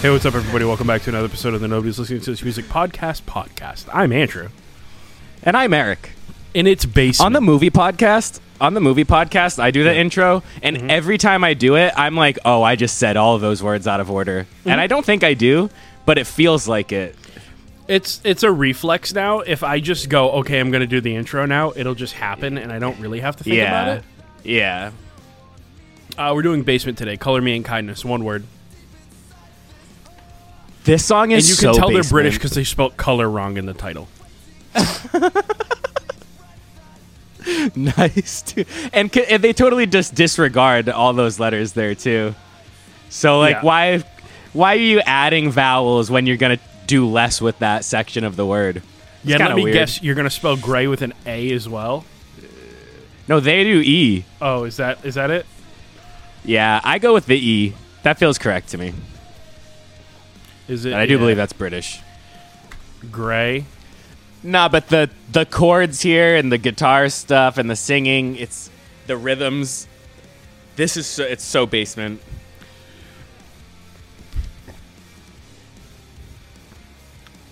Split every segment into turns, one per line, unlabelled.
Hey, what's up, everybody? Welcome back to another episode of the Nobody's Listening to This Music Podcast podcast. I'm Andrew.
And I'm Eric.
In its basement.
On the movie podcast, on the movie podcast, I do the intro, and
Mm-hmm.
every time I do it, I'm like, oh, I just said all of those words out of order.
Mm-hmm.
And I don't think I do, but it feels like it.
it's it's a reflex now. If I just go, okay, I'm going to do the intro now, it'll just happen, and I don't really have to think
yeah.
about
Yeah.
it. Uh, we're doing basement today. Color me in kindness, one word.
This song
And
is
you can
so
tell
basement.
they're British because they spelt color wrong in the title.
nice, dude. And, c- and they totally just disregard all those letters there, too. So, like,
Yeah.
why, why are you adding vowels when you're going to do less with that section of the word?
Yeah,
kinda
let me
weird.
guess. You're going to spell gray with an A as well.
No, they do E.
Oh, is that is that it?
Yeah, I go with the E. That feels correct to me.
Is it?
And I do believe that's British.
gray.
Nah, but the the chords here and the guitar stuff and the singing, it's the rhythms. This is so, it's so basement.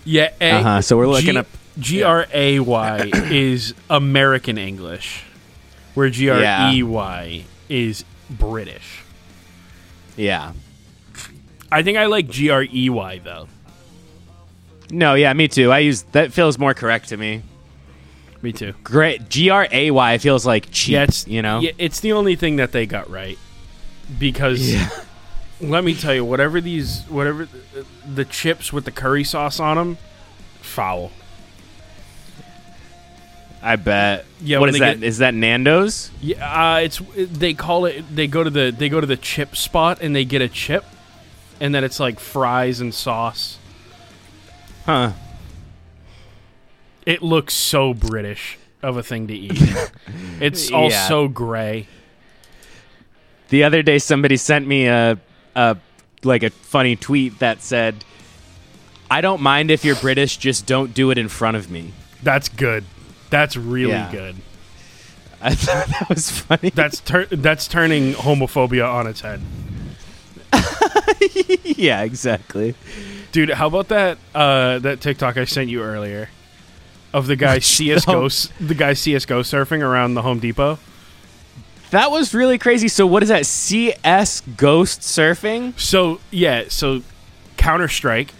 Yeah, A.
Uh-huh, so we're looking up-
G R A Y is American English, where G R E Y is British.
Yeah.
I think I like G R E Y though.
No, yeah, me too. I use that feels more correct to me.
Me too.
Great G R A Y feels like cheap,
Yeah, it's
you know?
yeah, it's the only thing that they got right because let me tell you, whatever these, whatever the, the chips with the curry sauce on them, foul.
I bet.
Yeah,
what
when
is
they
that? Is
get-
that Nando's?
Yeah, uh, it's they call it. They go to the they go to the chip spot and they get a chip, and then it's like fries and sauce.
Huh.
It looks so British of a thing to eat. it's
Yeah.
all so gray.
The other day, somebody sent me a, a like a funny tweet that said, "I don't mind if you're British, just don't do it in front of me."
That's good. That's really
Yeah.
good.
I thought that was funny.
That's tur- that's turning homophobia on its head.
yeah, exactly.
Dude, how about that uh, that TikTok I sent you earlier of the guy CS:GO s- the guy CS:GO surfing around the Home Depot?
That was really crazy. So, what is that? CS ghost surfing?
So, yeah, so Counter-Strike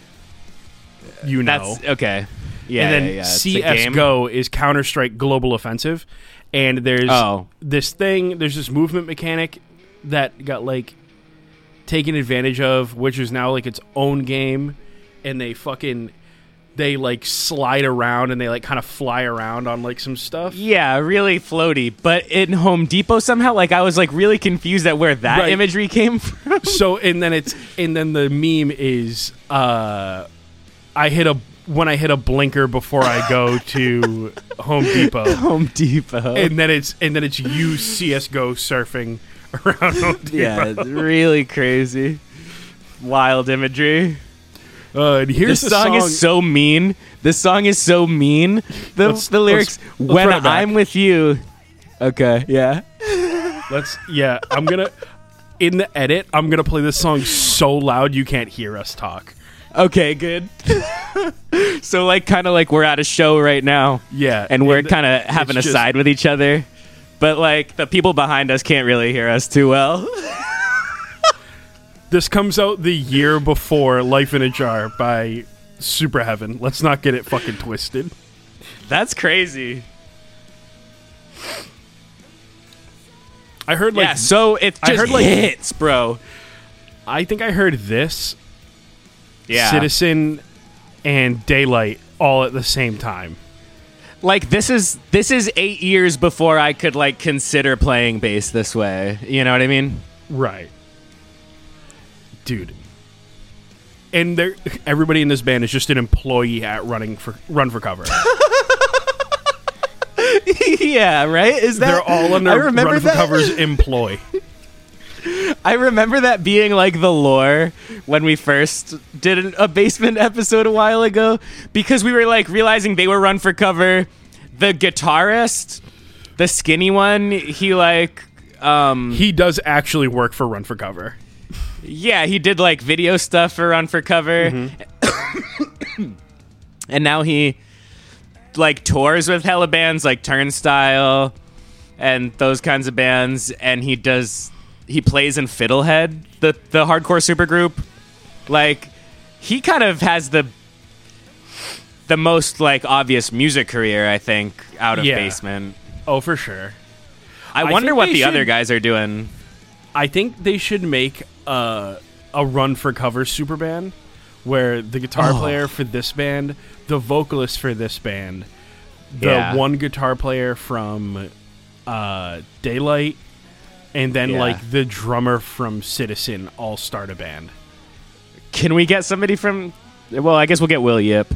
you know.
That's okay. Yeah,
and
yeah,
then
yeah. It's a game.
CS:GO is Counter Strike Global Offensive, and there's
Oh.
this thing, there's this movement mechanic that got like taken advantage of, which is now like its own game, and they fucking they like slide around and they like kind of fly around on like some stuff.
Yeah, really floaty. But in Home Depot somehow, like I was like really confused at where that
Right.
imagery came from.
So and then it's and then the meme is uh I hit a when I hit a blinker before I go to Home Depot.
Home Depot.
and then it's and then it's you CS:GO surfing around. Home Depot.
yeah, it's really crazy. Wild imagery.
Uh, and here's
This
the
song, is so mean. This song is so mean. The,
Let's-
the lyrics,
let's- let's
when
run it back.
I'm with you. Okay, yeah.
Let's yeah. I'm gonna in the edit. I'm gonna play this song so loud you can't hear us talk.
Okay, good. so, like, kind of like we're at a show right now,
Yeah,
and we're kind of
it's
having a
just-
side with each other, but like the people behind us can't really hear us too well.
This comes out the year before "Life in a Jar" by Super Heaven. Let's not get it fucking twisted.
That's crazy.
I heard like
Yeah. So it
I
just
heard, like-
hits, bro.
I think I heard this
Yeah.
Citizen and Daylight all at the same time.
like this is this is eight years before I could like consider playing bass this way. You know what I mean?
Right. Dude. And there everybody in this band is just an employee at running for run for cover.
yeah. Right. Is that
They're all under
I
run
remember
for
that.
cover's employ.
I remember that being like the lore when we first did an, a basement episode a while ago because we were like realizing they were run for cover. The guitarist, the skinny one, he like um
He does actually work for Run for Cover.
yeah, he did like video stuff for Run for Cover,
Mm-hmm.
and now he like tours with hella bands like Turnstile and those kinds of bands, and he does he plays in Fiddlehead, the the hardcore supergroup. Like he kind of has the the most like obvious music career, I think, out of
Yeah.
Basement.
Oh, for sure.
I,
I
wonder
think
what
they
the other
should-
guys are doing.
I think they should make a a run for cover super band where the guitar
Oh.
player for this band, the vocalist for this band, the
Yeah.
one guitar player from uh, Daylight, and then
Yeah.
like the drummer from Citizen all start a band.
Can we get somebody from? Well, I guess we'll get Will Yip.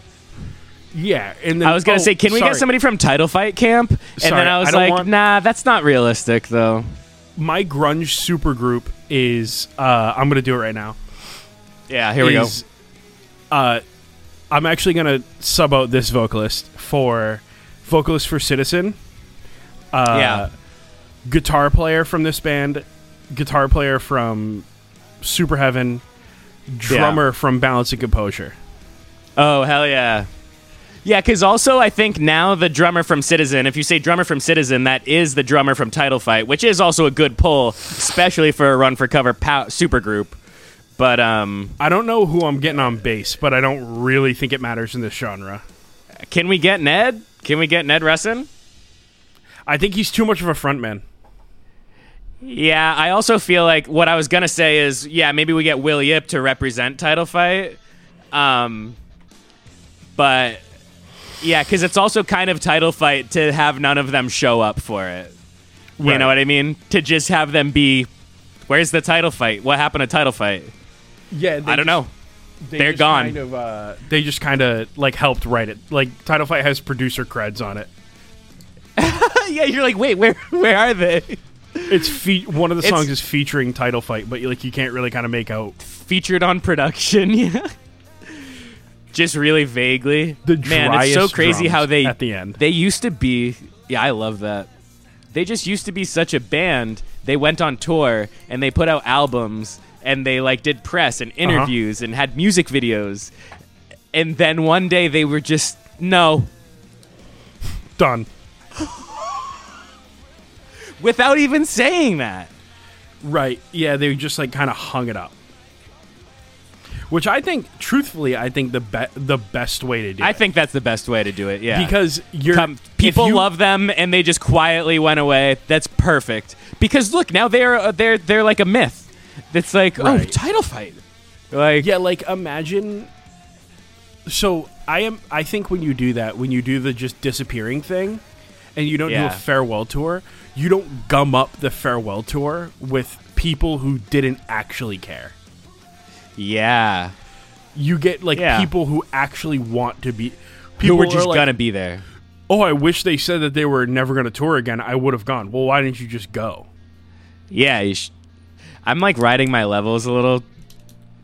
Yeah, and then
I was gonna
oh,
say, can we
sorry.
get somebody from Title Fight Camp? And
Sorry,
then I was
I don't
like,
want-
nah, that's not realistic though.
My grunge supergroup is uh, I'm gonna do it right now.
Yeah, here we go.
is, Uh, I'm actually gonna sub out this vocalist for vocalist for Citizen. Uh,
yeah,
Guitar player from this band, guitar player from Super Heaven, drummer from Balance and Composure.
Oh, hell yeah. Yeah, because also I think now the drummer from Citizen, if you say drummer from Citizen, that is the drummer from Title Fight, which is also a good pull, especially for a run for cover pow- supergroup. But um,
I don't know who I'm getting on bass, but I don't really think it matters in this genre.
can we get Ned? Can we get Ned Russin?
I think he's too much of a frontman.
Yeah, I also feel like what I was gonna say is, yeah, maybe we get Will Yip to represent Title Fight, um, but yeah, because it's also kind of Title Fight to have none of them show up for it. You know what I mean? To just have them be, where's the title fight? What happened to title fight?
Yeah,
I don't know. They're just gone. kind uh,
they just kind of like helped write it. Like Title Fight has producer creds on it.
yeah, you're like, wait, where where are they?
It's fe- one of the
It's-
songs is featuring title fight, but like you can't really kind of make out
Featured on production, yeah. Just really vaguely.
the
Man, it's so
driest
crazy
drums
how they
at the end.
They used to be. Yeah, I love that. They just used to be such a band. They went on tour and they put out albums and they like did press
Uh-huh.
and interviews and had music videos. And then one day they were just no,
Done.
without even saying that.
Right? Yeah, they just like kind of hung it up. Which I think, truthfully, I think the be- the best way to do
I
it
think that's the best way to do it. Yeah,
because you're
Come-
if
people
you-
love them and they just quietly went away. That's perfect. Because look, now they're uh, they're they're like a myth. That's like oh,
Right.
title fight. Like
Yeah, like imagine. So I am. I think when you do that, when you do the just disappearing thing, and you don't
Yeah.
do a farewell tour, you don't gum up the farewell tour with people who didn't actually care.
yeah.
You get like
Yeah.
people who actually want to be.
Who
People
were
are
just
like,
gonna be there?
Oh, I wish they said that they were never going to tour again. I would have gone. Well, why didn't you just go?
Yeah, you sh- I'm like riding my levels a little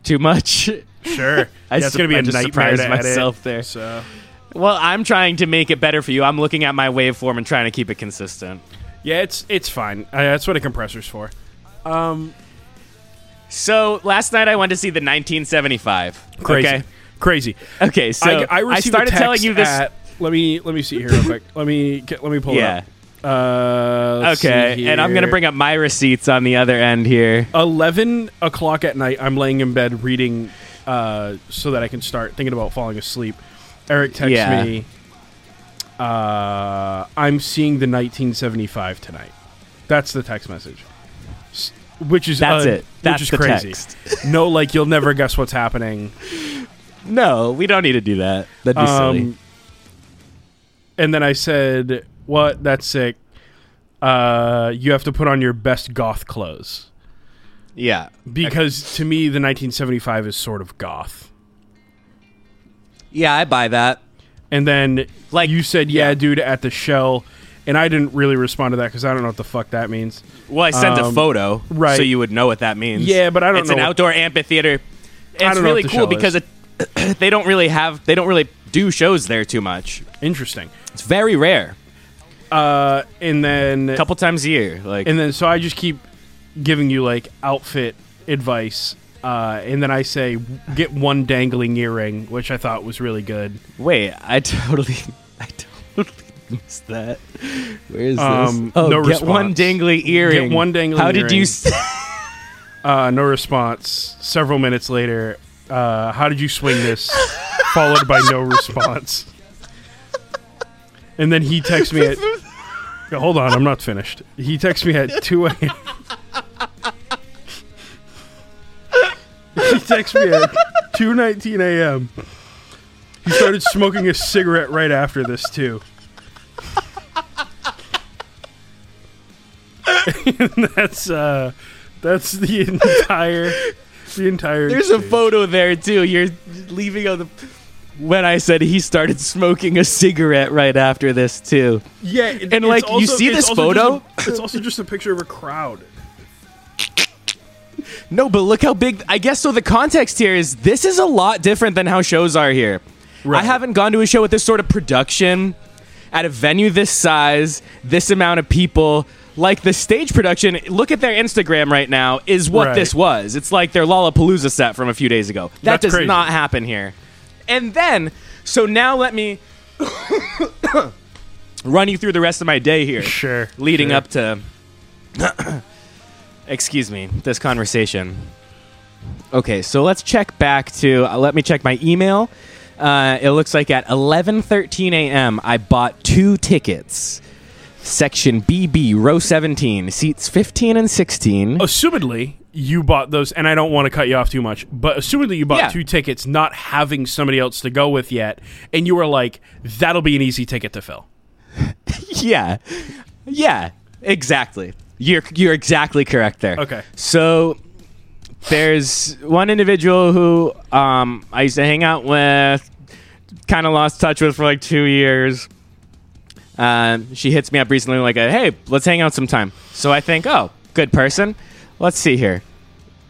too much.
Sure. yeah,
I
it's
sup-
going to be
I
a
just
nightmare
surprised
to edit,
myself there.
So
well, I'm trying to make it better for you. I'm looking at my waveform and trying to keep it consistent.
yeah, it's it's fine. Uh, that's what a compressor's for. Um,
So last night I went to see the 1975.
Crazy.
Okay.
Crazy.
Okay, so I,
I, I received
started
a text
telling you this.
At, let me let me see here real quick. Let me get, let me pull
yeah.
it up. Uh, let's see
Okay, and I'm gonna
here.
bring up my receipts on the other end here.
eleven o'clock at night. I'm laying in bed reading, uh, so that I can start thinking about falling asleep. Eric texts
Yeah.
me. Uh, I'm seeing the 1975 tonight. That's the text message, S- which is
That's
uh,
it. That's
which is
the
crazy.
text.
no, like you'll never guess what's happening.
No, we don't need to do that. That'd be silly.
And then I said, "What? That's sick. Uh, you have to put on your best goth clothes
Yeah,
because to me, the 1975 is sort of goth."
yeah, I buy that.
And then,
Like-
like you said, yeah, dude, at the shell, and I didn't really respond to that because I don't know what the fuck that means.
Well, I sent a
Um,
photo,
right.
So you would know what that means.
Yeah, but I don't
it's
know
an
what-
outdoor amphitheater. It's
don't know
really
what the show
cool because it, they don't really have they don't really do shows there too much.
Interesting.
It's very rare,
Uh, and then,
a couple times a year. Like
and then, so I just keep giving you like outfit advice Uh, and then I say, get one dangling earring, which I thought was really good.
Wait, I totally, I totally missed that. Where is
Um,
this? Oh,
no
get one
response.
dangly earring.
one dangly
How did
earring.
you? s
Uh, no response. Several minutes later, uh, how did you swing this? Followed by no response. And then he texts me at. Yeah, Hold on, I'm not finished. He texts me at 2 a.m. he texts me at 2:19 a.m. He started smoking a cigarette right after this too. and that's uh, that's the entire the entire.
There's a
exchange.
photo there too. You're leaving on the. When I said he started smoking a cigarette right after this too.
Yeah, it- it's
And, like, you see
it's
this
also just
photo?
a- it's also just a picture of a crowd.
No, but look how big. I guess so. The context here is this is a lot different than how shows are here.
Right.
I haven't gone to a show with this sort of production at a venue this size, this amount of people. Like the stage production, look at their Instagram right now, is what
Right.
this was. It's like their Lollapalooza set from a few days ago. That
That's
does
crazy.
not happen here. And then, so now let me run you through the rest of my day here
Sure,
leading
sure.
up to excuse me this conversation okay so let's check back to uh, let me check my email uh, it looks like at 11.13 a.m i bought two tickets section bb row 17 seats 15 and 16
assumedly you bought those and i don't want to cut you off too much but assumedly you bought
Yeah.
two tickets not having somebody else to go with yet and you were like that'll be an easy ticket to fill
yeah yeah exactly you're, you're exactly correct there
Okay.
so there's one individual who um, I used to hang out with, kind of lost touch with for like two years. Um, she hits me up recently, like, a, "Hey, let's hang out sometime." So I think, "Oh, good person." Let's see here.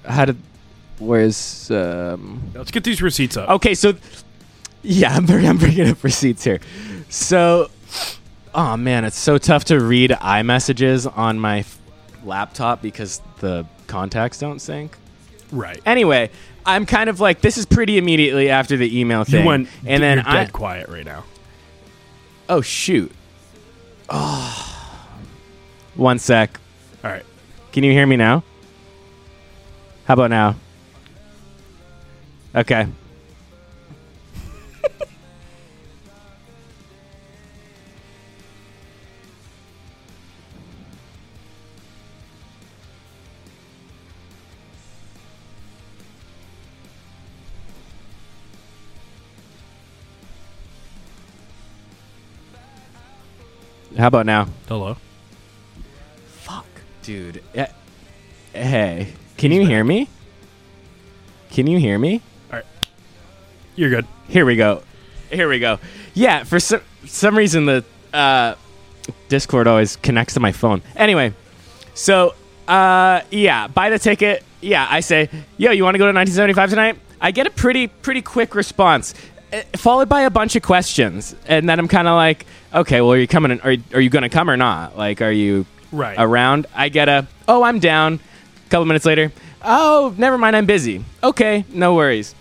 How did? Where's? Um,
let's get these receipts up
Okay, so yeah, I'm, bring- I'm bringing up receipts here. So, oh man, it's so tough to read iMessages on my f- laptop because the contacts don't sync.
right
Anyway, I'm kind of like this is pretty immediately after the email thing,
you went
and then
you're
I
dead quiet right now
oh shoot, oh, one sec.
all right
Can you hear me now? How about now? Okay. How about now?
hello
Fuck, dude. Eh, Hey, can you hear me? Can you hear me?
you're good
Here we go. Here we go. Yeah, for some some reason the uh, Discord always connects to my phone. Anyway, so uh, yeah, buy the ticket. Yeah, I say, yo, you want to go to 1975 tonight? I get a pretty pretty quick response, eh, followed by a bunch of questions, and then I'm kind of like, okay, well, are you coming? Are are you gonna come or not? Like, are you
Right.
around? I get a, oh, I'm down. A couple minutes later, oh, never mind, I'm busy. Okay, no worries.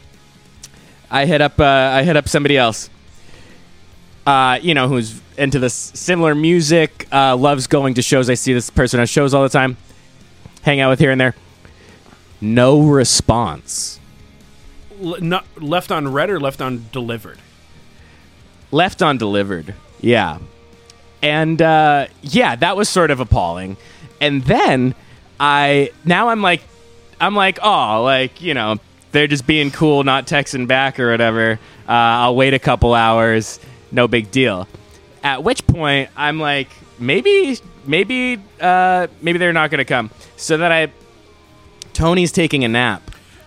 I hit up uh, I hit up somebody else. Uh, you know who's into this similar music, uh, loves going to shows. I see this person at shows all the time. Hang out with here and there. No response.
L- not left on red or left on delivered
Left undelivered. Yeah. And uh, yeah, that was sort of appalling. And then I now I'm like I'm like, oh, like, you know, they're just being cool, not texting back or whatever. Uh, I'll wait a couple hours, no big deal. At which point I'm like, maybe maybe uh, maybe they're not gonna come. So that I Tony's taking a nap.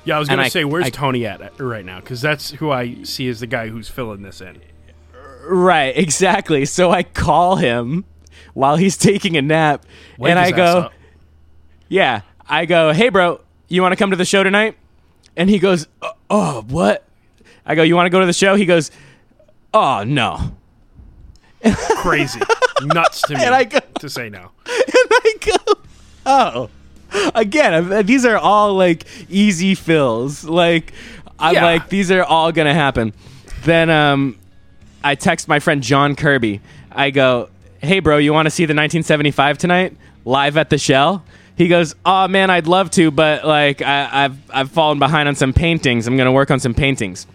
yeah i was
And
gonna
I-
say where's
I-
tony at at right now because that's who i see as the guy who's filling this in
Right, exactly. So I call him while he's taking a nap
Wake
and I
his ass
go,
up.
Yeah. I go, hey, bro, you want to come to the show tonight? And he goes, "Uh, oh, what? I go, you want to go to the show? He goes, oh, no.
crazy nuts to me
And I go-
to say no
And I go, oh, Again, I'm- these are all like easy fills. Like I'm
Yeah.
like these are all gonna happen. Then um, I text my friend John Kirby. I go, "Hey, bro, you want to see the 1975 tonight live at the Shell?" He goes, "Oh man, I'd love to, but like I, I've I've fallen behind on some paintings. I'm gonna work on some paintings."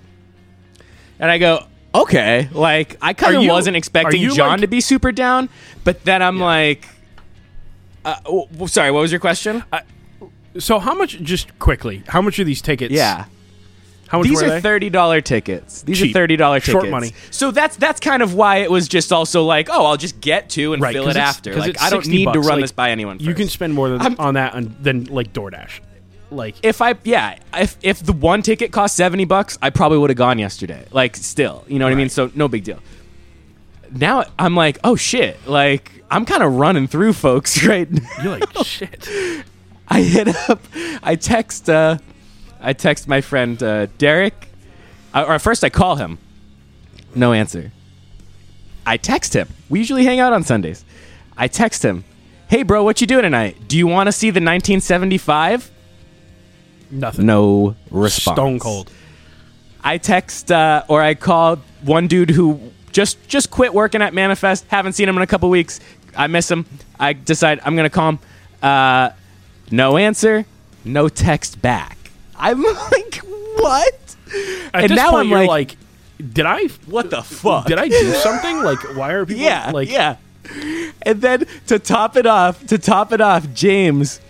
And I go, "Okay." Like I kind
Are
of
you-
wasn't
are
expecting
you,
John
like-
to be super down, but then I'm like, uh, w- w- "Sorry, what was your question?"
So how much? Just quickly, how much are these tickets?
yeah.
how much
These
were
are
they?
thirty dollar tickets. These are
Cheap.
thirty dollar tickets.
Short money.
So that's that's kind of why it was just also like, oh, I'll just get to and
Right,
fill
'cause
it
it's-
after.
'cause
Like
it's
I don't
60
need to
bucks.
run
Like,
this by anyone.
you can
first.
spend more than
I'm-
on that on, than like DoorDash. Like
if I yeah, if if the one ticket cost seventy bucks, I probably would have gone yesterday. Like still, you know what I mean. So no big deal. Now I'm like, oh shit! Like I'm kind of running through folks right now.
you're like shit.
I hit up, I text, uh, I text my friend uh, Derek, I, or first I call him. No answer. I text him. We usually hang out on Sundays. I text him, "Hey bro, what you doing tonight? Do you want to see the 1975?"
Nothing.
No response.
Stone cold.
I text uh, or I call one dude who just just quit working at Manifest. Haven't seen him in a couple weeks. I miss him. I decide I'm gonna call him. Uh, no answer. No text back. I'm like, what?
At
and
this
now
point,
I'm
you're
like,
like, did I?
what the fuck?
Did I do something? Like, why are people?
Yeah,
like,
yeah. And then to top it off, to top it off, James,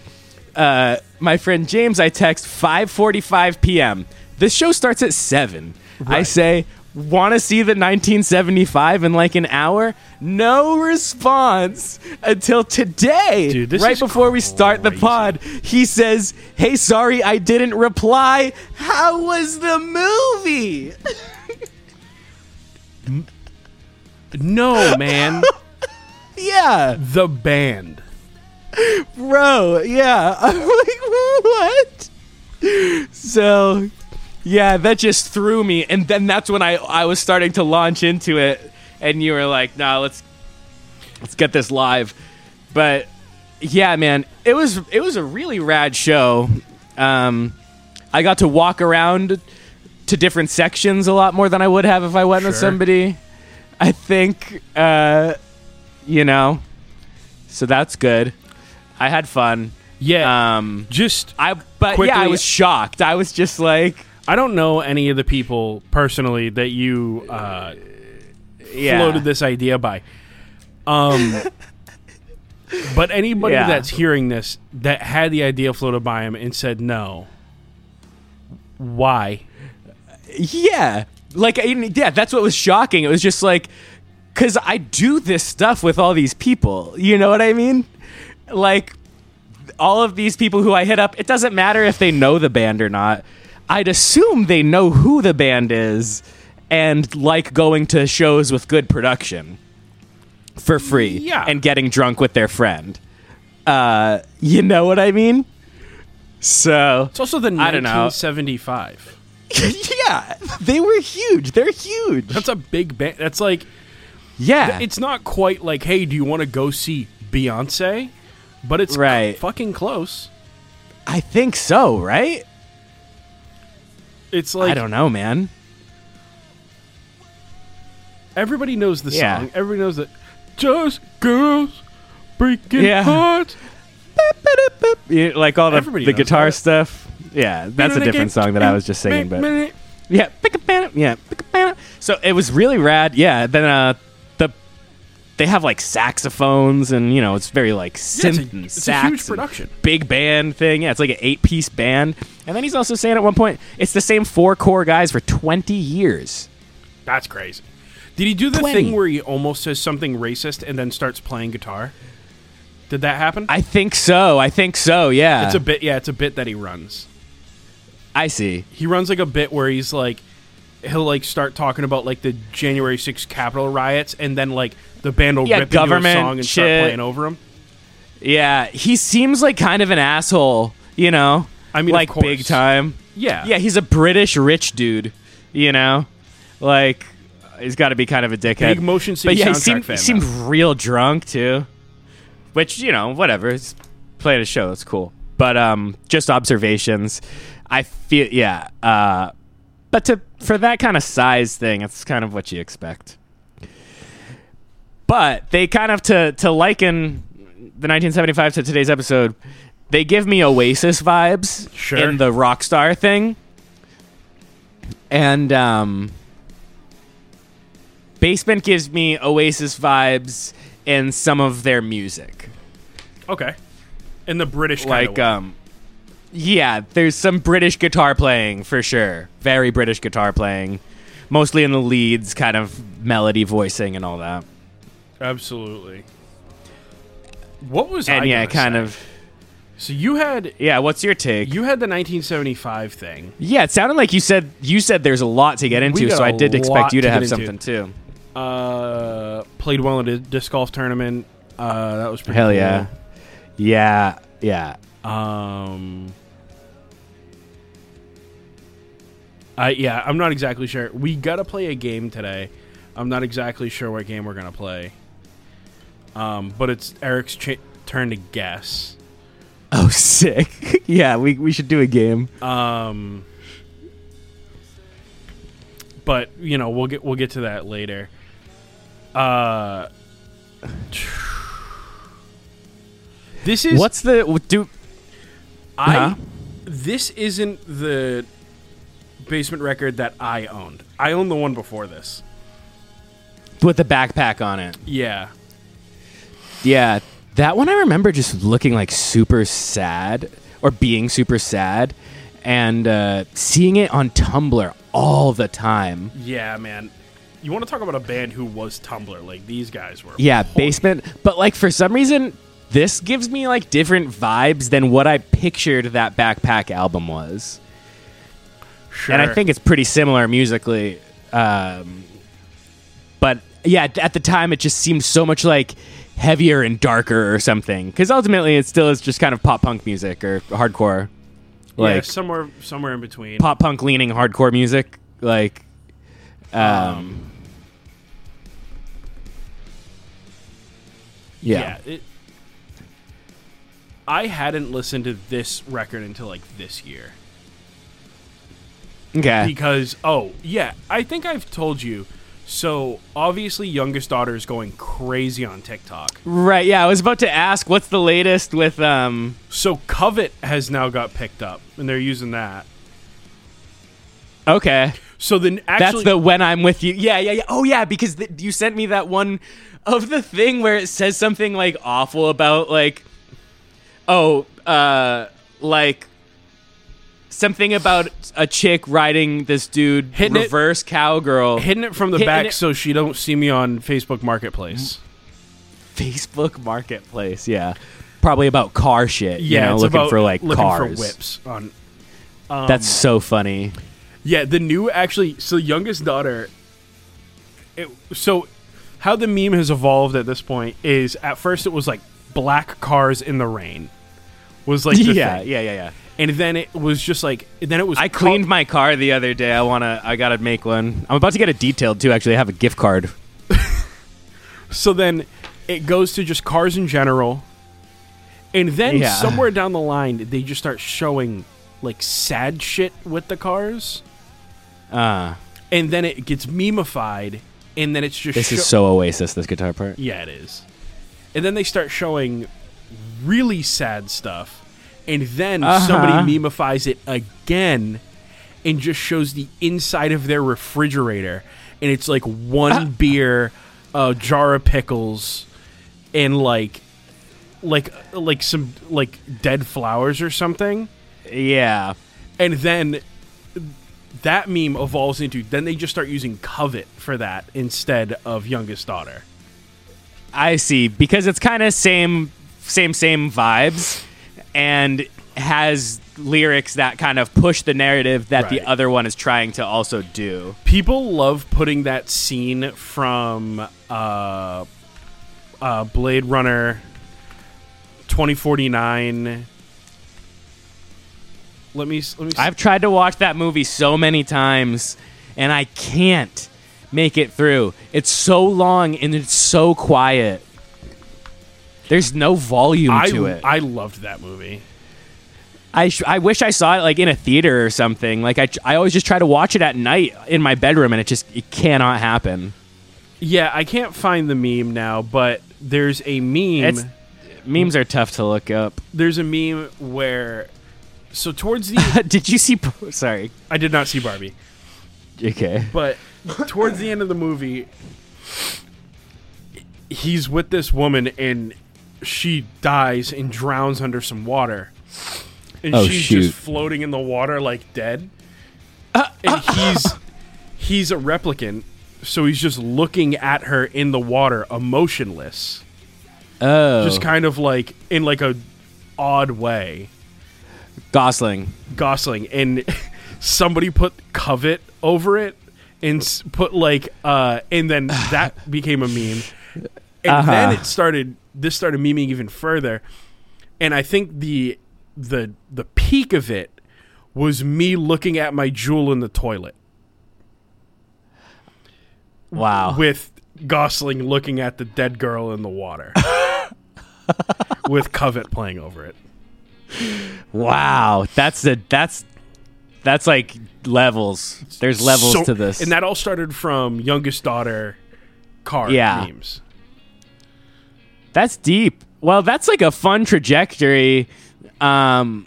uh, my friend James, I text 5:45 p.m. This show starts at seven. I
Right.
say, "Want to see the 1975 in like an hour?" No response until today,
Dude, this
right
is
before we start the
crazy.
pod. He says, "Hey, sorry, I didn't reply. How was the movie?"
No, man.
yeah.
the band.
bro yeah i'm like what so yeah that just threw me and then that's when i i was starting to launch into it and you were like nah let's let's get this live but yeah man it was it was a really rad show um i got to walk around to different sections a lot more than i would have if i went with
Sure.
somebody i think uh you know so that's good i had fun
Yeah.
um
just
i but yeah i
quickly-
was shocked i was just like
I don't know any of the people personally that you uh,
yeah
floated this idea by. Um, but anybody
Yeah.
that's hearing this that had the idea floated by him and said no, why?
Yeah. Like, I- yeah, that's what was shocking. It was just like, because I do this stuff with all these people. You know what I mean? Like, all of these people who I hit up, it doesn't matter if they know the band or not. I'd assume they know who the band is and like going to shows with good production for free
Yeah.
and getting drunk with their friend. Uh, you know what I mean? So
It's also the
I don't know.
1975.
yeah, they were huge. They're huge.
That's a big band. That's like
yeah,
it's not quite like hey, do you want to go see Beyonce? But it's
Right.
fucking close.
I think so. Right?
It's like
I don't know, man.
Everybody knows the
Yeah.
song. Everybody knows that. Just girls breaking
Yeah.
hearts.
You- like all the
Everybody
the
knows
guitar
that.
stuff. Yeah, that's a different song that I was just singing, but yeah, pick a pan- yeah, pick a pan- So it was really rad. Yeah, then uh, the they have like saxophones and you know it's very like
Yeah, it's a-
synth and
it's a
sax
huge
and
production.
big band thing. Yeah, it's like an eight piece band. And then he's also saying at one point it's the same four core guys for twenty years.
That's crazy. Did he do the
20.
thing where he almost says something racist and then starts playing guitar? Did that happen?
I think so. I think so. Yeah.
it's a bit. Yeah, it's a bit that he runs.
I see.
He runs like a bit where he's like, he'll like start talking about like the January 6th Capitol riots, and then like the band will
Yeah,
rip into a
government
song and
shit.
start playing over him.
Yeah, he seems like kind of an asshole, you know?
I mean, of
like
course.
big time.
Yeah,
Yeah, he's a British rich dude, you know? Like, he's got to be kind of a dickhead.
Big Motion City
but yeah, he
soundtrack
seemed,
fan,
he seemed
though.
real drunk, too. Which, you know, whatever. He's playing a show. That's cool. but um, just observations. I feel yeah. Uh, but to for that kind of size thing, it's kind of what you expect. But they kind of to to liken the 1975 to today's episode. They give me Oasis vibes
Sure.
in the rock star thing, and um, Basement gives me Oasis vibes in some of their music
Okay. In the British kind
like um yeah there's some british guitar playing for sure very british guitar playing mostly in the leads kind of melody voicing and all that
absolutely. What was
and
I
yeah
gonna
kind
say?
of
So you had
yeah what's your take
you had the 1975 thing.
yeah it sounded like you said you said there's a lot to get into
got
so i
a
did
lot
expect you
to
to,
get
have
into.
something too
Uh, played well in a disc golf tournament. Uh, that was pretty
hell
cool.
yeah yeah yeah
Um, I yeah, I'm not exactly sure. We gotta play a game today. I'm not exactly sure what game we're gonna play. Um, but it's Eric's ch- turn to guess.
oh sick yeah we, we should do a game
Um, but you know we'll get we'll get to that later. Uh, this is
what's the do
I
Huh?
this isn't the basement record that I owned. I owned the one before this.
with the backpack on it
Yeah.
Yeah, that one I remember just looking like super sad or being super sad and uh, seeing it on Tumblr all the time.
Yeah, man. You want to talk about a band who was Tumblr? Like these guys were.
Yeah,
Holy-
basement. But like for some reason, this gives me like different vibes than what I pictured that backpack album was.
Sure.
And I think it's pretty similar musically. Um, but yeah, at- at the time, it just seemed so much like heavier and darker or something. Because ultimately, it still is just kind of pop punk music or hardcore.
yeah,
Like
somewhere somewhere in between.
pop punk leaning hardcore music. Like, um, yeah.
yeah. it, I hadn't listened to this record until like this year.
Okay.
because oh yeah i think i've told you so obviously youngest daughter is going crazy on tiktok
right. Yeah. I was about to ask, what's the latest with um?
so covet has now got picked up and they're using that
Okay.
so then
That's
actually
the when I'm with you. Yeah, yeah, yeah. Oh, yeah, because th- you sent me that one of the thing where it says something like awful about like, oh, uh, like something about a chick riding this dude
Hitting it-
reverse cowgirl
hitting it from the
hitting
back
it- Mm.
so she don't see me on facebook marketplace
Facebook Marketplace. Yeah, probably about car shit. you
yeah
know,
it's
looking
about
for like
looking
cars.
for Um, whips on
That's so funny.
Yeah, the new actually. So youngest daughter. It, so, how the meme has evolved at this point is at first it was like black cars in the rain, was like the
yeah,
thing.
yeah, yeah, yeah.
and then it was just like then it was
I cleaned my car the other day. I wanna. I gotta make one. I'm about to get it detailed too. Actually, I have a gift card.
so then it goes to just cars in general, and then
Yeah.
somewhere down the line they just start showing like sad shit with the cars,
Uh
and then it gets memeified, and then it's just
This
sho-
is so Oasis. This guitar part.
Yeah, it is. And then they start showing really sad stuff, and then somebody memeifies it again, and just shows the inside of their refrigerator, and it's like one beer, a jar of pickles, and like, like, like some like dead flowers or something,
Yeah.
and then. That meme evolves into then they just start using covet for that instead of youngest daughter.
I see because it's kind of same same same vibes and has lyrics that kind of push the narrative that the
Right.
other one is trying to also do.
people love putting that scene from uh, uh, Blade Runner 2049. Let me s- let me. s-
I've tried to watch that movie so many times and I can't make it through. It's so long and it's so quiet. There's no volume
I,
to it.
I loved that movie.
I, sh- I wish I saw it like in a theater or something. Like I, I always just try to watch it at night in my bedroom, and it just it cannot happen.
Yeah, I can't find the meme now, but there's a meme.
It's memes are tough to look up.
there's a meme where, so towards the
Did you see? Sorry.
I did not see Barbie,
Okay.
but towards the end of the movie, he's with this woman and she dies and drowns under some water, and
Oh,
she's
shoot.
just floating in the water like dead, and he's he's a replicant, so he's just looking at her in the water, emotionless.
Oh,
just kind of like in like a odd way
Gosling.
gosling and somebody put covet over it and s- put like uh and then that became a meme and then
Uh-huh.
it started this started memeing even further and i think the the the peak of it was me looking at my jewel in the toilet
Wow.
with gosling looking at the dead girl in the water with covet playing over it
Wow. That's the that's that's like levels. There's levels
So-
to this.
And that all started from youngest daughter car
Yeah.
memes.
that's deep. Well, that's like a fun trajectory. Um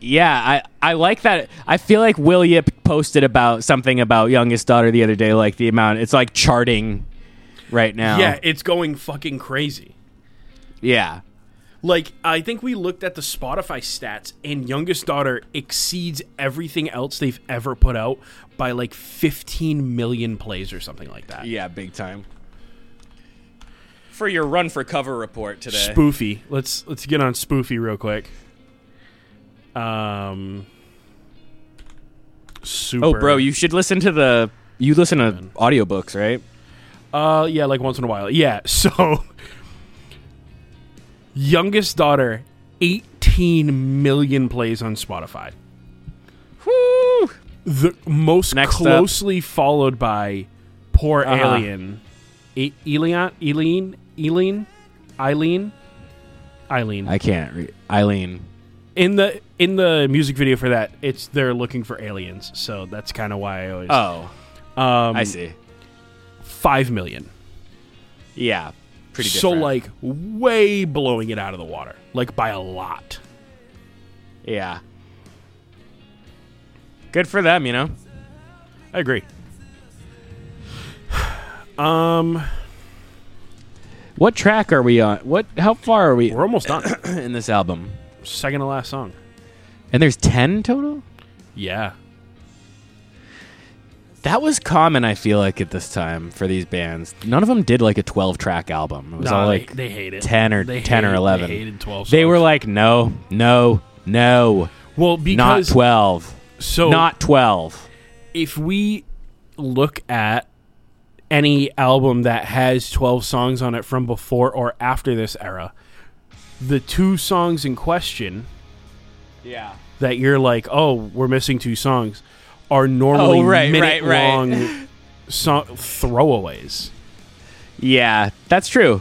yeah, I, I like that. I feel like Will Yip posted about something about youngest daughter the other day, like the amount. It's like charting right now.
Yeah, it's going fucking crazy.
yeah.
Like I think we looked at the Spotify stats and youngest daughter exceeds everything else they've ever put out by like 15 million plays or something like that.
Yeah, big time. For your run for cover report today.
Spoofy. Let's let's get on Spoofy real quick. Um Super.
oh bro, you should listen to the you listen to audiobooks, right?
Uh, yeah, like once in a while. Yeah. So, youngest daughter, eighteen million plays on Spotify.
Woo!
The most
Next up.
closely followed by Poor
Uh-huh.
Alien, e- Elian, Eileen, Eileen, Eileen, Eileen.
I can't read. Eileen.
In the in the music video for that, it's they're looking for aliens, so that's kind of why I always
Oh,
um,
I see.
five million.
Yeah, pretty.
So
different.
like way blowing it out of the water, like by a lot.
yeah. Good for them, you know.
I agree. Um,
What track are we on? What? How far are we
we're almost done.
in this album?
Second to last song.
And there's ten total.
Yeah.
That was common, I feel like, at this time for these bands. None of them did like a twelve-track album. It was
Nah,
all
they-
like
they, hate it.
10 or-
They
10 or
hated-
11.
They hated twelve.
they were
songs.
like, no, no, no,
well
not
because Oh.
twelve,
so
not twelve.
if we look at any album that has twelve songs on it from before or after this era, the two songs in question
Yeah.
that you're like, oh, we're missing two songs, are normally
Oh, right, right,
minute
right.
long song throwaways.
Yeah, that's true.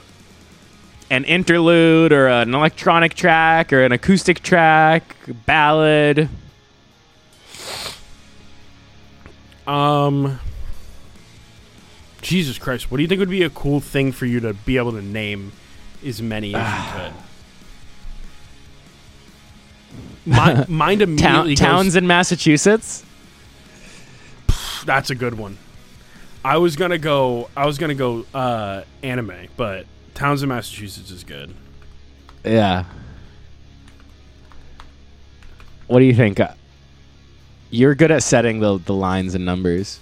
An interlude or an electronic track or an acoustic track, ballad.
Um, Jesus Christ, what do you think would be a cool thing for you to be able to name as many as
Ah.
you could? My, mind
Town,
immediately goes,
towns in Massachusetts.
That's a good one. I was gonna go. I was gonna go uh, anime, but towns in Massachusetts is good.
Yeah. What do you think? Uh, You're good at setting the, the lines and numbers.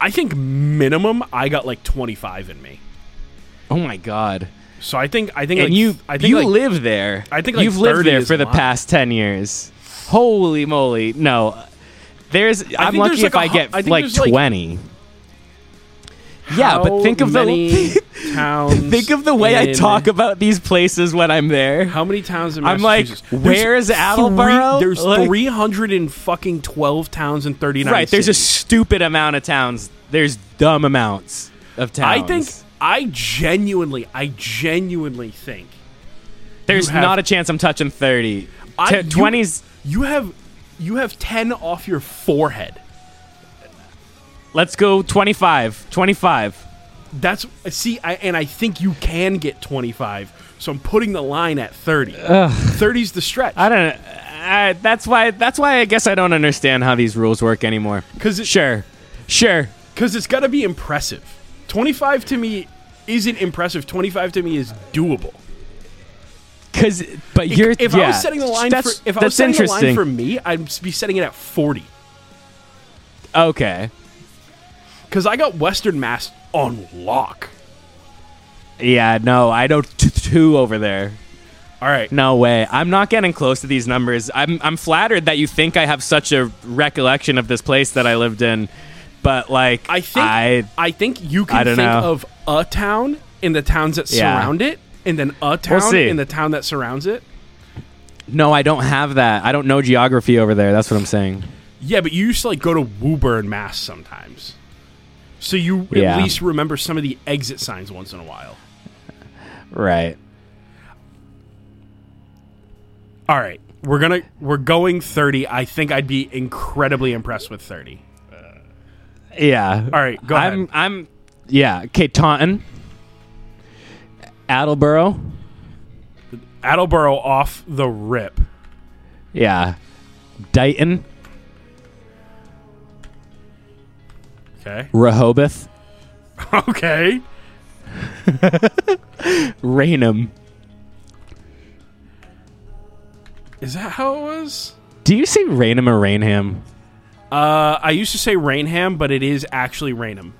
I think minimum I got like twenty five in me.
Oh my god.
So I think I think
And
like,
you
I think
you
like,
live there.
I think like
you've lived
30
there
is
for
a
the
lot.
past 10 years. Holy moly. No. There's
I
I'm
think
lucky
there's, like,
if
a
I
hu-
get
I think
like
there's, like-
20. yeah,
how
but think of
many
the
towns.
Think of the way I
in-
talk about these places when I'm there.
How many towns in
I'm like,
Massachusetts?
where is
There's
Attleboro?
Three, there's
Like-
300 and fucking 12 towns in 39
Right, there's a
cities.
stupid amount of towns. There's dumb amounts of towns.
I think I genuinely, I genuinely think
There's
have-
not a chance I'm touching 30.
I-
T- 20s,
you have you have ten off your forehead.
let's go 25. 25.
That's see, I, and I think you can get twenty five. So I'm putting the line at thirty. Thirty's the stretch.
I don't I, that's why that's why I guess I don't understand how these rules work anymore.
'Cause it-
sure. Sure.
because it's got to be impressive. 25 to me isn't impressive. 25 to me is doable.
Cuz but you're
if I
yeah.
was setting the line for
That's-
if I was
that's
setting the line
interesting.
for me, I'd be setting it at 40
Okay.
cuz I got Western Mass on lock.
Yeah, no, I don't t- two over there.
All right.
No way. I'm not getting close to these numbers. I'm I'm flattered that you think I have such a recollection of this place that I lived in, but like
I think I,
I
think you can
I don't
think
know.
of a town and the towns that
Yeah.
surround it and then a town
see.
and the town that surrounds it.
no, I don't have that. I don't know geography over there. That's what I'm saying.
Yeah, but you used to like go to Woburn Mass sometimes. So you
Yeah.
at least remember some of the exit signs once in a while.
Right.
All right, we're gonna we're going thirty. I think I'd be incredibly impressed with thirty.
Yeah.
All right, go
I'm
ahead.
I'm yeah, okay, Taunton. Attleboro.
Attleboro off the rip.
Yeah. Dighton,
Okay.
Rehoboth,
Okay.
Raynham.
Is that how it was?
Do you say Raynham or Rainham?
Uh, I used to say Rainham, but it is actually Rainham.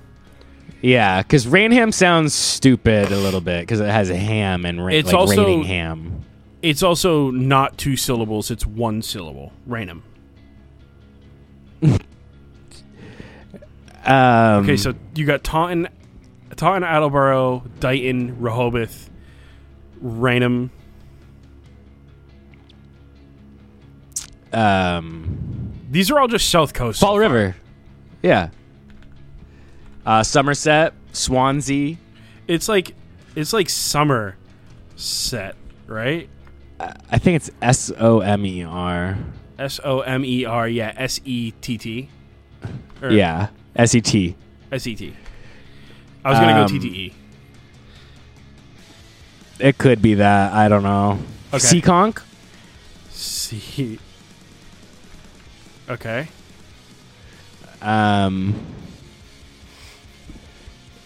Yeah, because Rainham sounds stupid a little bit because it has ham and ra-
It's
like
also-
raining ham.
It's also not two syllables; it's one syllable. Rainham.
Um,
Okay, so you got Taunton, Taunton, Attleboro, Dighton, Rehoboth, Rainham.
um,
These are all just South Coast.
Fall River. Yeah. Uh, Somerset, Swansea.
It's like it's like summer set, right?
I think it's S O M E R.
S O M E R, yeah, S E T T. Or
Yeah. S E T.
S E T. I was gonna
Um,
go T T E.
It could be that. I don't know.
Okay.
Seekonk?
C. E. Okay.
Um,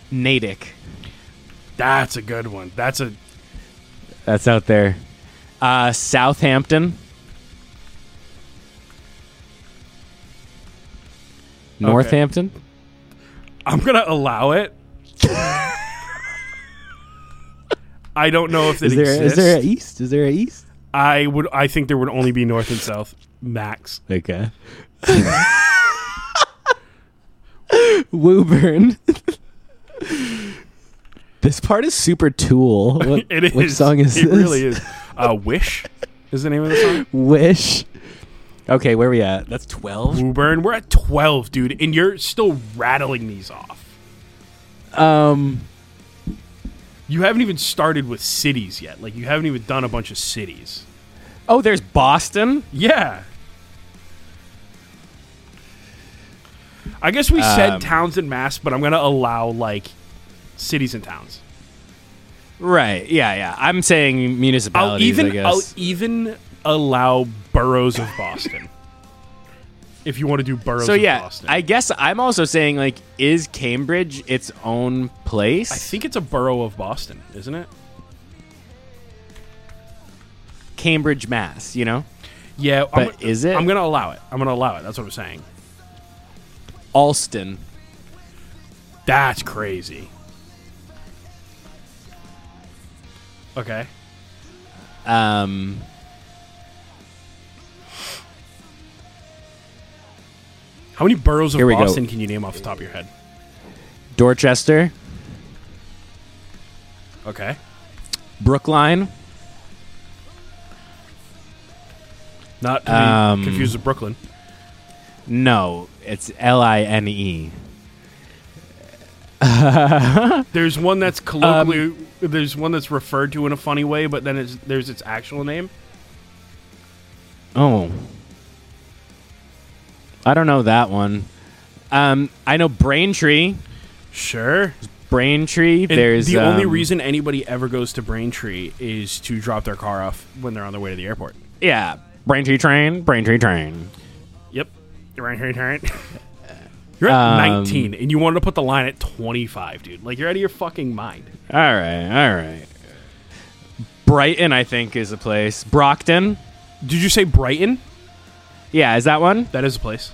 Natick.
That's a good one. That's a
That's out there. Uh, Southampton. Northampton.
I'm gonna allow it. I don't know if it
Is there is
exists.
there a east? Is there a east?
I would I think there would only be north and south max.
Okay. Woburn. this part is super tool. What,
It is.
Which song is
it
this?
really is. Uh, Wish is the name of the song.
Wish. Okay, where we at? That's twelve.
Woburn. We're at 12, dude, and you're still rattling these off.
Um.
You haven't even started with cities yet. Like, you haven't even done a bunch of cities.
Oh, there's Boston.
Yeah. I guess we
Um,
said towns and mass, but I'm going to allow, like, cities and towns.
Right. Yeah. Yeah. I'm saying municipalities.
I'll
I
even,
guess.
I'll even allow boroughs of Boston. if you want to do boroughs
so
of
yeah,
Boston.
I guess I'm also saying like, is Cambridge its own place?
I think it's a borough of Boston, isn't it?
Cambridge, Mass. You know,
Yeah,
But is it?
I'm gonna allow it. I'm gonna allow it. That's what I'm saying.
Alston.
That's crazy. Okay.
Um,
How many boroughs of
Here we go.
Boston can you name off the top of your head?
Dorchester,
Okay.
Brookline.
Not to be
Um,
confused with Brooklyn.
No, it's L I N E.
There's one
um,
that's colloquially there's one that's referred to in a funny way, but then it's, there's its actual name.
Oh. I don't know that one. Um, I know Braintree.
Sure.
Braintree.
And
there's
the only
um,
reason anybody ever goes to Braintree is to drop their car off when they're on their way to the airport.
Yeah, Braintree train. Braintree train.
Yep. Right here, turn. You're at
Um,
19 and you wanted to put the line at 25, dude. Like you're out of your fucking mind.
All right, all right. Brighton, I think, is a place. Brockton.
Did you say Brighton?
Yeah, is that one?
That is a place.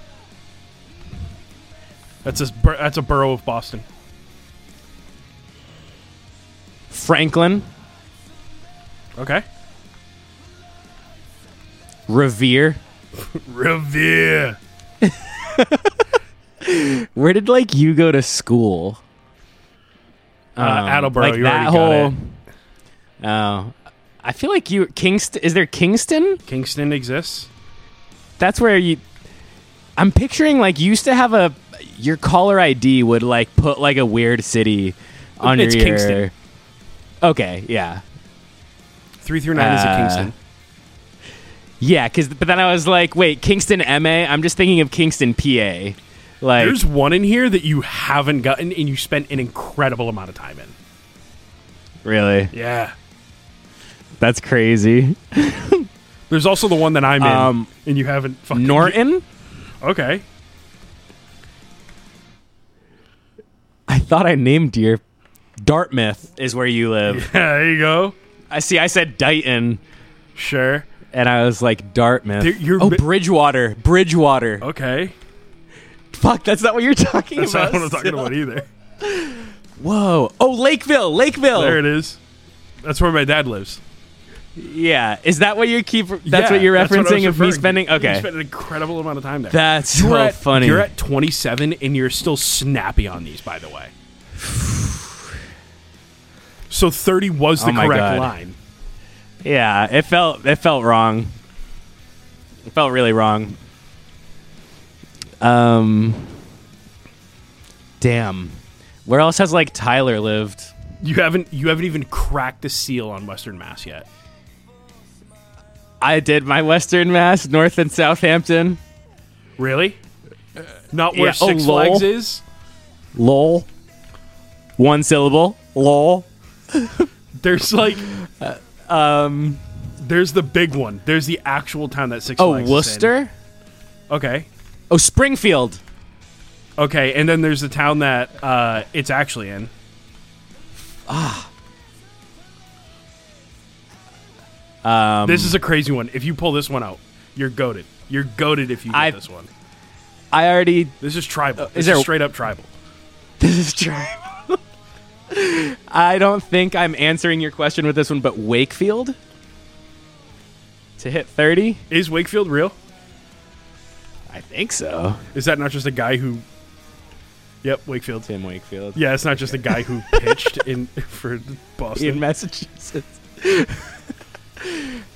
That's a bur- that's a borough of Boston.
Franklin.
Okay.
Revere.
Revere.
Where did like you go to school?
Uh,
Um,
Attleboro. you already got it.
Oh, I feel like you Kingston. Is there Kingston?
Kingston exists.
That's where you. I'm picturing like you used to have a your caller ID would like put like a weird city on
It's
your.
Kingston.
Okay, yeah,
Three through nine is a
Uh,
Kingston.
yeah. Because but then I was like, wait, Kingston, MA. I'm just thinking of Kingston, PA. Like,
There's one in here that you haven't gotten and you spent an incredible amount of time in.
really,
Yeah.
that's crazy.
There's also the one that I'm in
Um,
and you haven't fucking
Norton.
Okay.
I thought I named your Dartmouth is where you live.
there you go.
I see. I said Dighton,
Sure.
and I was like Dartmouth.
Dude, you're
oh,
mi-
Bridgewater, Bridgewater.
Okay.
Fuck, that's not what you're talking
That's not
about.
what I'm talking about either.
Whoa! Oh, Lakeville, Lakeville.
There it is. That's where my dad lives.
Yeah, is that what you keep? That's
Yeah,
what you're
that's I was
referencing of me
referring to.
spending.
You
Okay,
spent an incredible amount of time there.
that's
You're
so
at-
funny.
You're at 27 and you're still snappy on these, by the way. So 30 was the
Oh my
correct
God.
line.
yeah, it felt it felt wrong. It felt really wrong. Um, damn. Where else has like Tyler lived?
You haven't you haven't even cracked the seal on Western Mass yet.
I did my Western Mass, North and Southampton.
Really? Not where
yeah, oh,
Six
lol.
Flags is.
Lol. One syllable. Lol.
There's like uh,
Um.
there's the big one. There's the actual town that Six
Oh,
Flags is in.
Worcester.
Okay.
Oh, Springfield.
Okay, and then there's the town that uh, it's actually in. Ah.
Um,
this is a crazy one. If you pull this one out, you're goaded. You're goaded if you get
I-
this one.
I already
This is tribal. this
there-
is straight up tribal.
This is tribal. I don't think I'm answering your question with this one, but Wakefield to hit 30?
Is Wakefield real?
I think so.
Is that not just a guy who? Yep, Wakefield.
Tim Wakefield.
Yeah, it's not just a guy who pitched in for Boston.
In Massachusetts.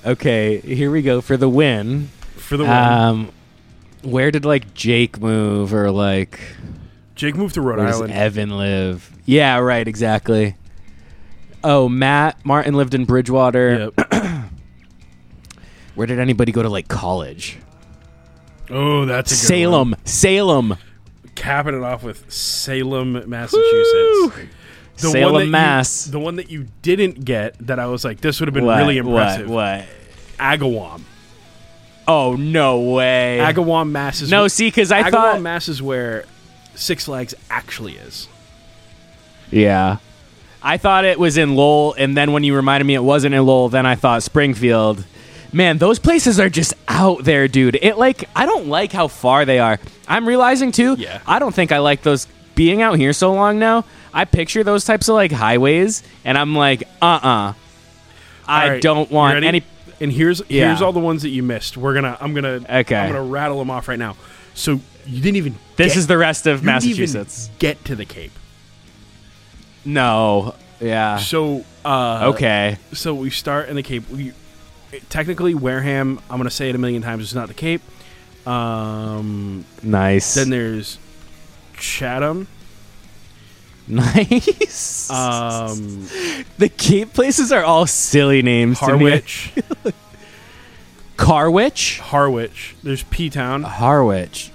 okay, here we go for the win.
for the win.
Um where did like Jake move or like
Jake moved to Rhode
where does
Island.
Evan live? Yeah, right, exactly. Oh, Matt Martin lived in Bridgewater.
Yep.
Where did anybody go to like college?
Oh, that's a good one.
Salem, Salem.
capping it off with Salem, Massachusetts. The
Salem,
that you-
Mass.
the one that you didn't get that I was like, this would have been
What,
really impressive.
What? what?
Agawam.
Oh no way!
Agawam, Mass is
no,
wh-
see, because I
Agawam,
thought.
Mass is where Six Flags actually is.
yeah, I thought it was in Lowell, and then when you reminded me it wasn't in Lowell, then I thought Springfield. Man, those places are just out there, dude. It like I don't like how far they are. I'm realizing too.
Yeah.
I don't think I like those being out here so long now. I picture those types of like highways, and I'm like, uh, uh I
All right,
don't
you
want
ready?
any.
And here's
Yeah.
here's all the ones that you missed. We're gonna I'm gonna
Okay.
I'm gonna rattle them off right now. So you didn't even
This
get-
is the rest of
you didn't even
Massachusetts.
get to the Cape.
No. Yeah.
So uh,
Okay.
so we start in the Cape. We technically Wareham. I'm gonna say it a million times. It's not the Cape. Um,
Nice.
then there's Chatham.
Nice.
Um,
the cape places are all silly names. to me.
Harwich.
Carwich.
Harwich. There's P Town,
Uh, Harwich.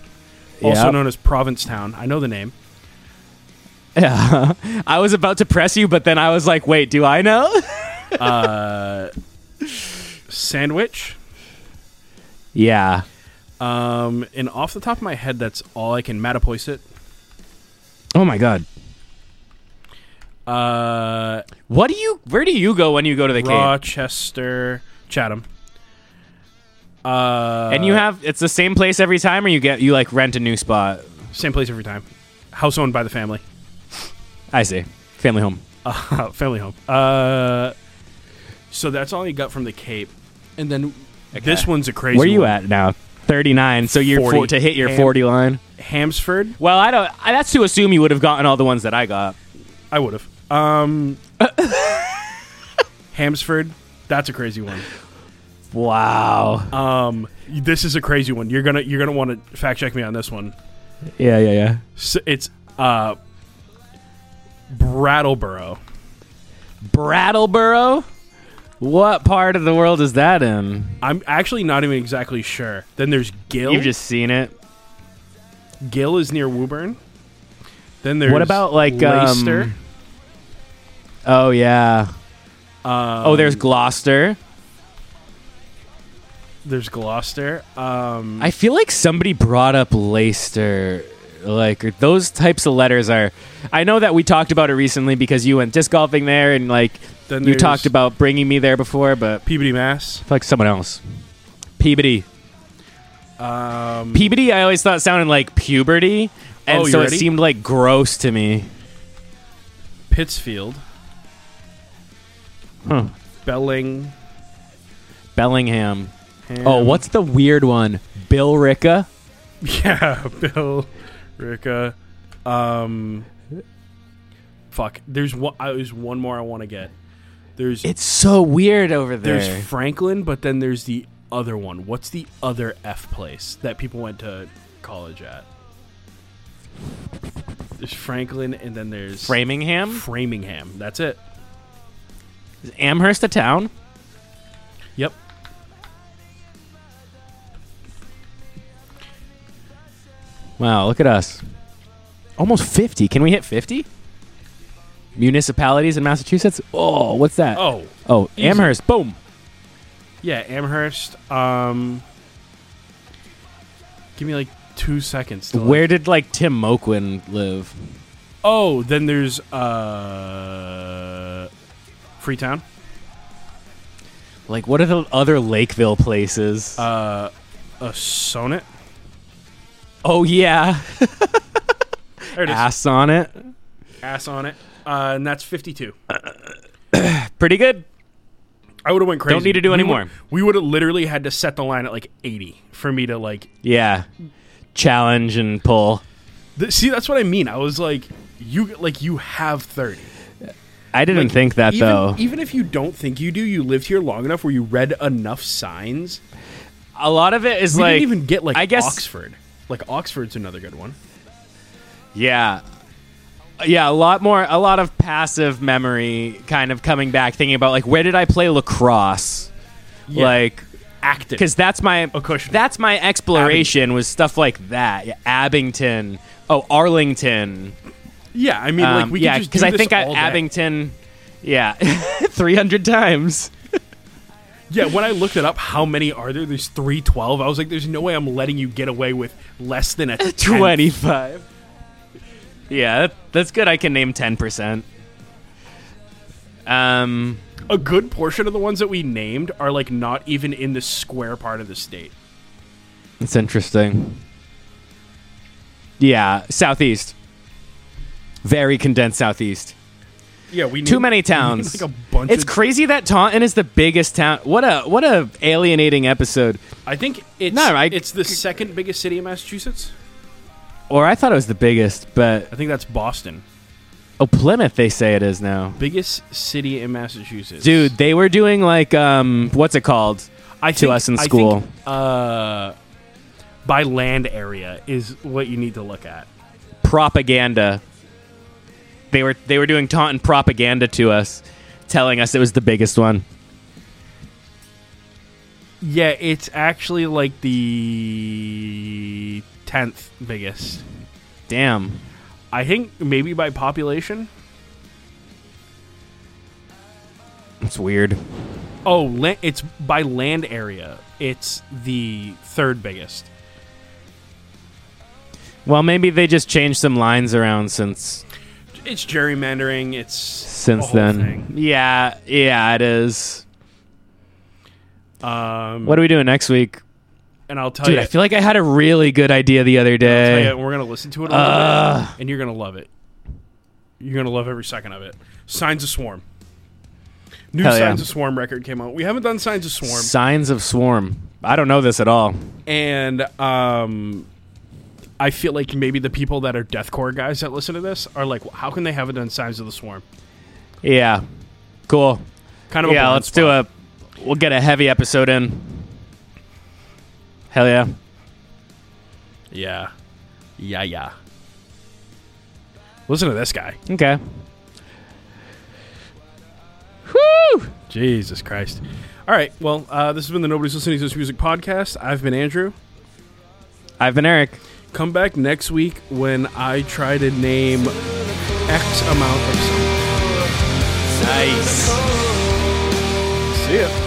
also
Yep.
known as Provincetown. I know the name.
Yeah. I was about to press you, but then I was like, wait, do I know?
Sandwich.
yeah.
Um, and off the top of my head, that's all I can Mattapoisett.
Oh my god.
Uh,
What do you where do you go when you go to the cape?
Rochester, Chatham. Uh,
And you have it's the same place every time or you get you like rent a new spot.
same place every time. House owned by the family.
I see. Family home.
Uh, family home. Uh, so that's all you got from the Cape, and then this one's a crazy.
Where you
one.
at now? 39. So you're
40.
four, to hit your
Ham.
40 line.
Hamsford.
Well, I don't I, that's to assume you would have gotten all the ones that I got.
I would have. Um, Hamsford. That's a crazy one.
Wow.
Um, this is a crazy one. You're gonna you're gonna want to fact check me on this one.
yeah, yeah, yeah.
S it's uh, Brattleboro.
Brattleboro? What part of the world is that in?
I'm actually not even exactly sure. Then there's Gill.
You've just seen it.
Gill is near Woburn. Then there's
What about, like, um,
Leicester?
Oh yeah.
Um,
Oh, there's Gloucester.
there's Gloucester. Um,
I feel like somebody brought up Leicester. Like those types of letters are. I know that we talked about it recently because you went disc golfing there and like
Then
you
there's
talked about bringing me there before, but
Peabody, Mass.
I feel like someone else. Peabody.
Um,
Peabody. I always thought sounded like puberty, and
Oh, you
so
ready?
it seemed like gross to me.
Pittsfield,
Huh.
Bellingham.
Bellingham. Oh, what's the weird one? Bill Ricka.
Yeah, Bill, Ricka. Um, fuck. There's one. I there's one more I want to get. There's
It's so weird over there.
there's Franklin, but then there's the other one. What's the other F place that people went to college at? There's Franklin, and then there's
Framingham.
Framingham. That's it.
Is Amherst a town?
Yep.
Wow, look at us. Almost 50. Can we hit 50? Municipalities in Massachusetts? Oh, what's that?
Oh,
Oh,
easy.
Amherst. Boom.
yeah, Amherst. Um, give me like two seconds. To like-
Where did like Tim Moquin live?
Oh, then there's uh, Freetown.
Like what are the other Lakeville places?
Uh, a sonnet.
oh yeah.
There it is.
Ass on it.
Ass on it. Uh, and that's fifty-two.
Pretty good.
I would have went crazy.
need to do
We
any
would-
more.
We would have literally had to set the line at like 80 for me to like
Yeah. Challenge and pull.
th- see that's what I mean. I was like you like you have 30.
I didn't think that
even, e-
though.
Even if you don't think you do, you lived here long enough where you read enough signs.
A lot of it is
We
like
didn't even get like
I guess
Oxford. Like Oxford's another good one.
Yeah. Yeah, a lot more, a lot of passive memory kind of coming back, thinking about like, where did I play lacrosse? Like 'cause Like,
active.
because that's my,
Acushnet.
that's my exploration was stuff like that. Yeah, Abington. Oh, Arlington.
yeah, I mean
Um,
like we
yeah,
could just do
I
this
think I,
all day.
Abington, yeah, 300 times.
Yeah, when I looked it up, how many are there? There's 312. I was like there's no way I'm letting you get away with less than a 10.
25. Yeah, that, that's good. I can name 10%. Um,
a good portion of the ones that we named are like not even in the square part of the state.
It's interesting. Yeah, southeast. Very condensed southeast.
Yeah, we
Too many towns.
Like a bunch.
It's
of,
crazy that Taunton is the biggest town. What a what a alienating episode.
I think it's
No, I-
it's the second biggest city in Massachusetts.
Or I thought it was the biggest, but
I think that's Boston,
oh Plymouth they say it is now.
biggest city in Massachusetts.
Dude, they were doing like um what's it called?
I
to
think-
us in
I think,
school.
uh, by land area is what you need to look at.
Propaganda. they were they were doing Taunton propaganda to us, telling us it was the biggest one.
Yeah, it's actually like the tenth biggest.
Damn.
I think maybe by population.
It's weird.
Oh, la- it's by land area. It's the third biggest.
Well, maybe they just changed some lines around since
It's gerrymandering. It's
since
a whole
then.
thing.
Yeah, yeah, it is.
Um,
What are we doing next week?
and I'll tell
Dude,
you,
I feel like I had a really good idea the other
I'll tell
day.
you, we're gonna listen to it a
Uh.
little
Ugh.
bit, and you're gonna love it. You're gonna love every second of it. Signs of Swarm. New
Hell yeah.
Signs of Swarm record came out. We haven't done Signs of Swarm,
Signs of Swarm. I don't know this at all.
and um, I feel like maybe the people that are deathcore guys that listen to this are like, how can they haven't done Signs of the Swarm?
Yeah. Cool.
Kind of a
Yeah,
blind
let's
spot.
do a. We'll get a heavy episode in. Hell yeah.
Yeah. Yeah, yeah. Listen to this guy.
Okay. Whew!
Jesus Christ. All right. Well, uh, this has been the Nobody's Listening to This Music podcast. I've been Andrew.
I've been Eric.
Come back next week when I try to name X amount of something.
Nice.
See ya.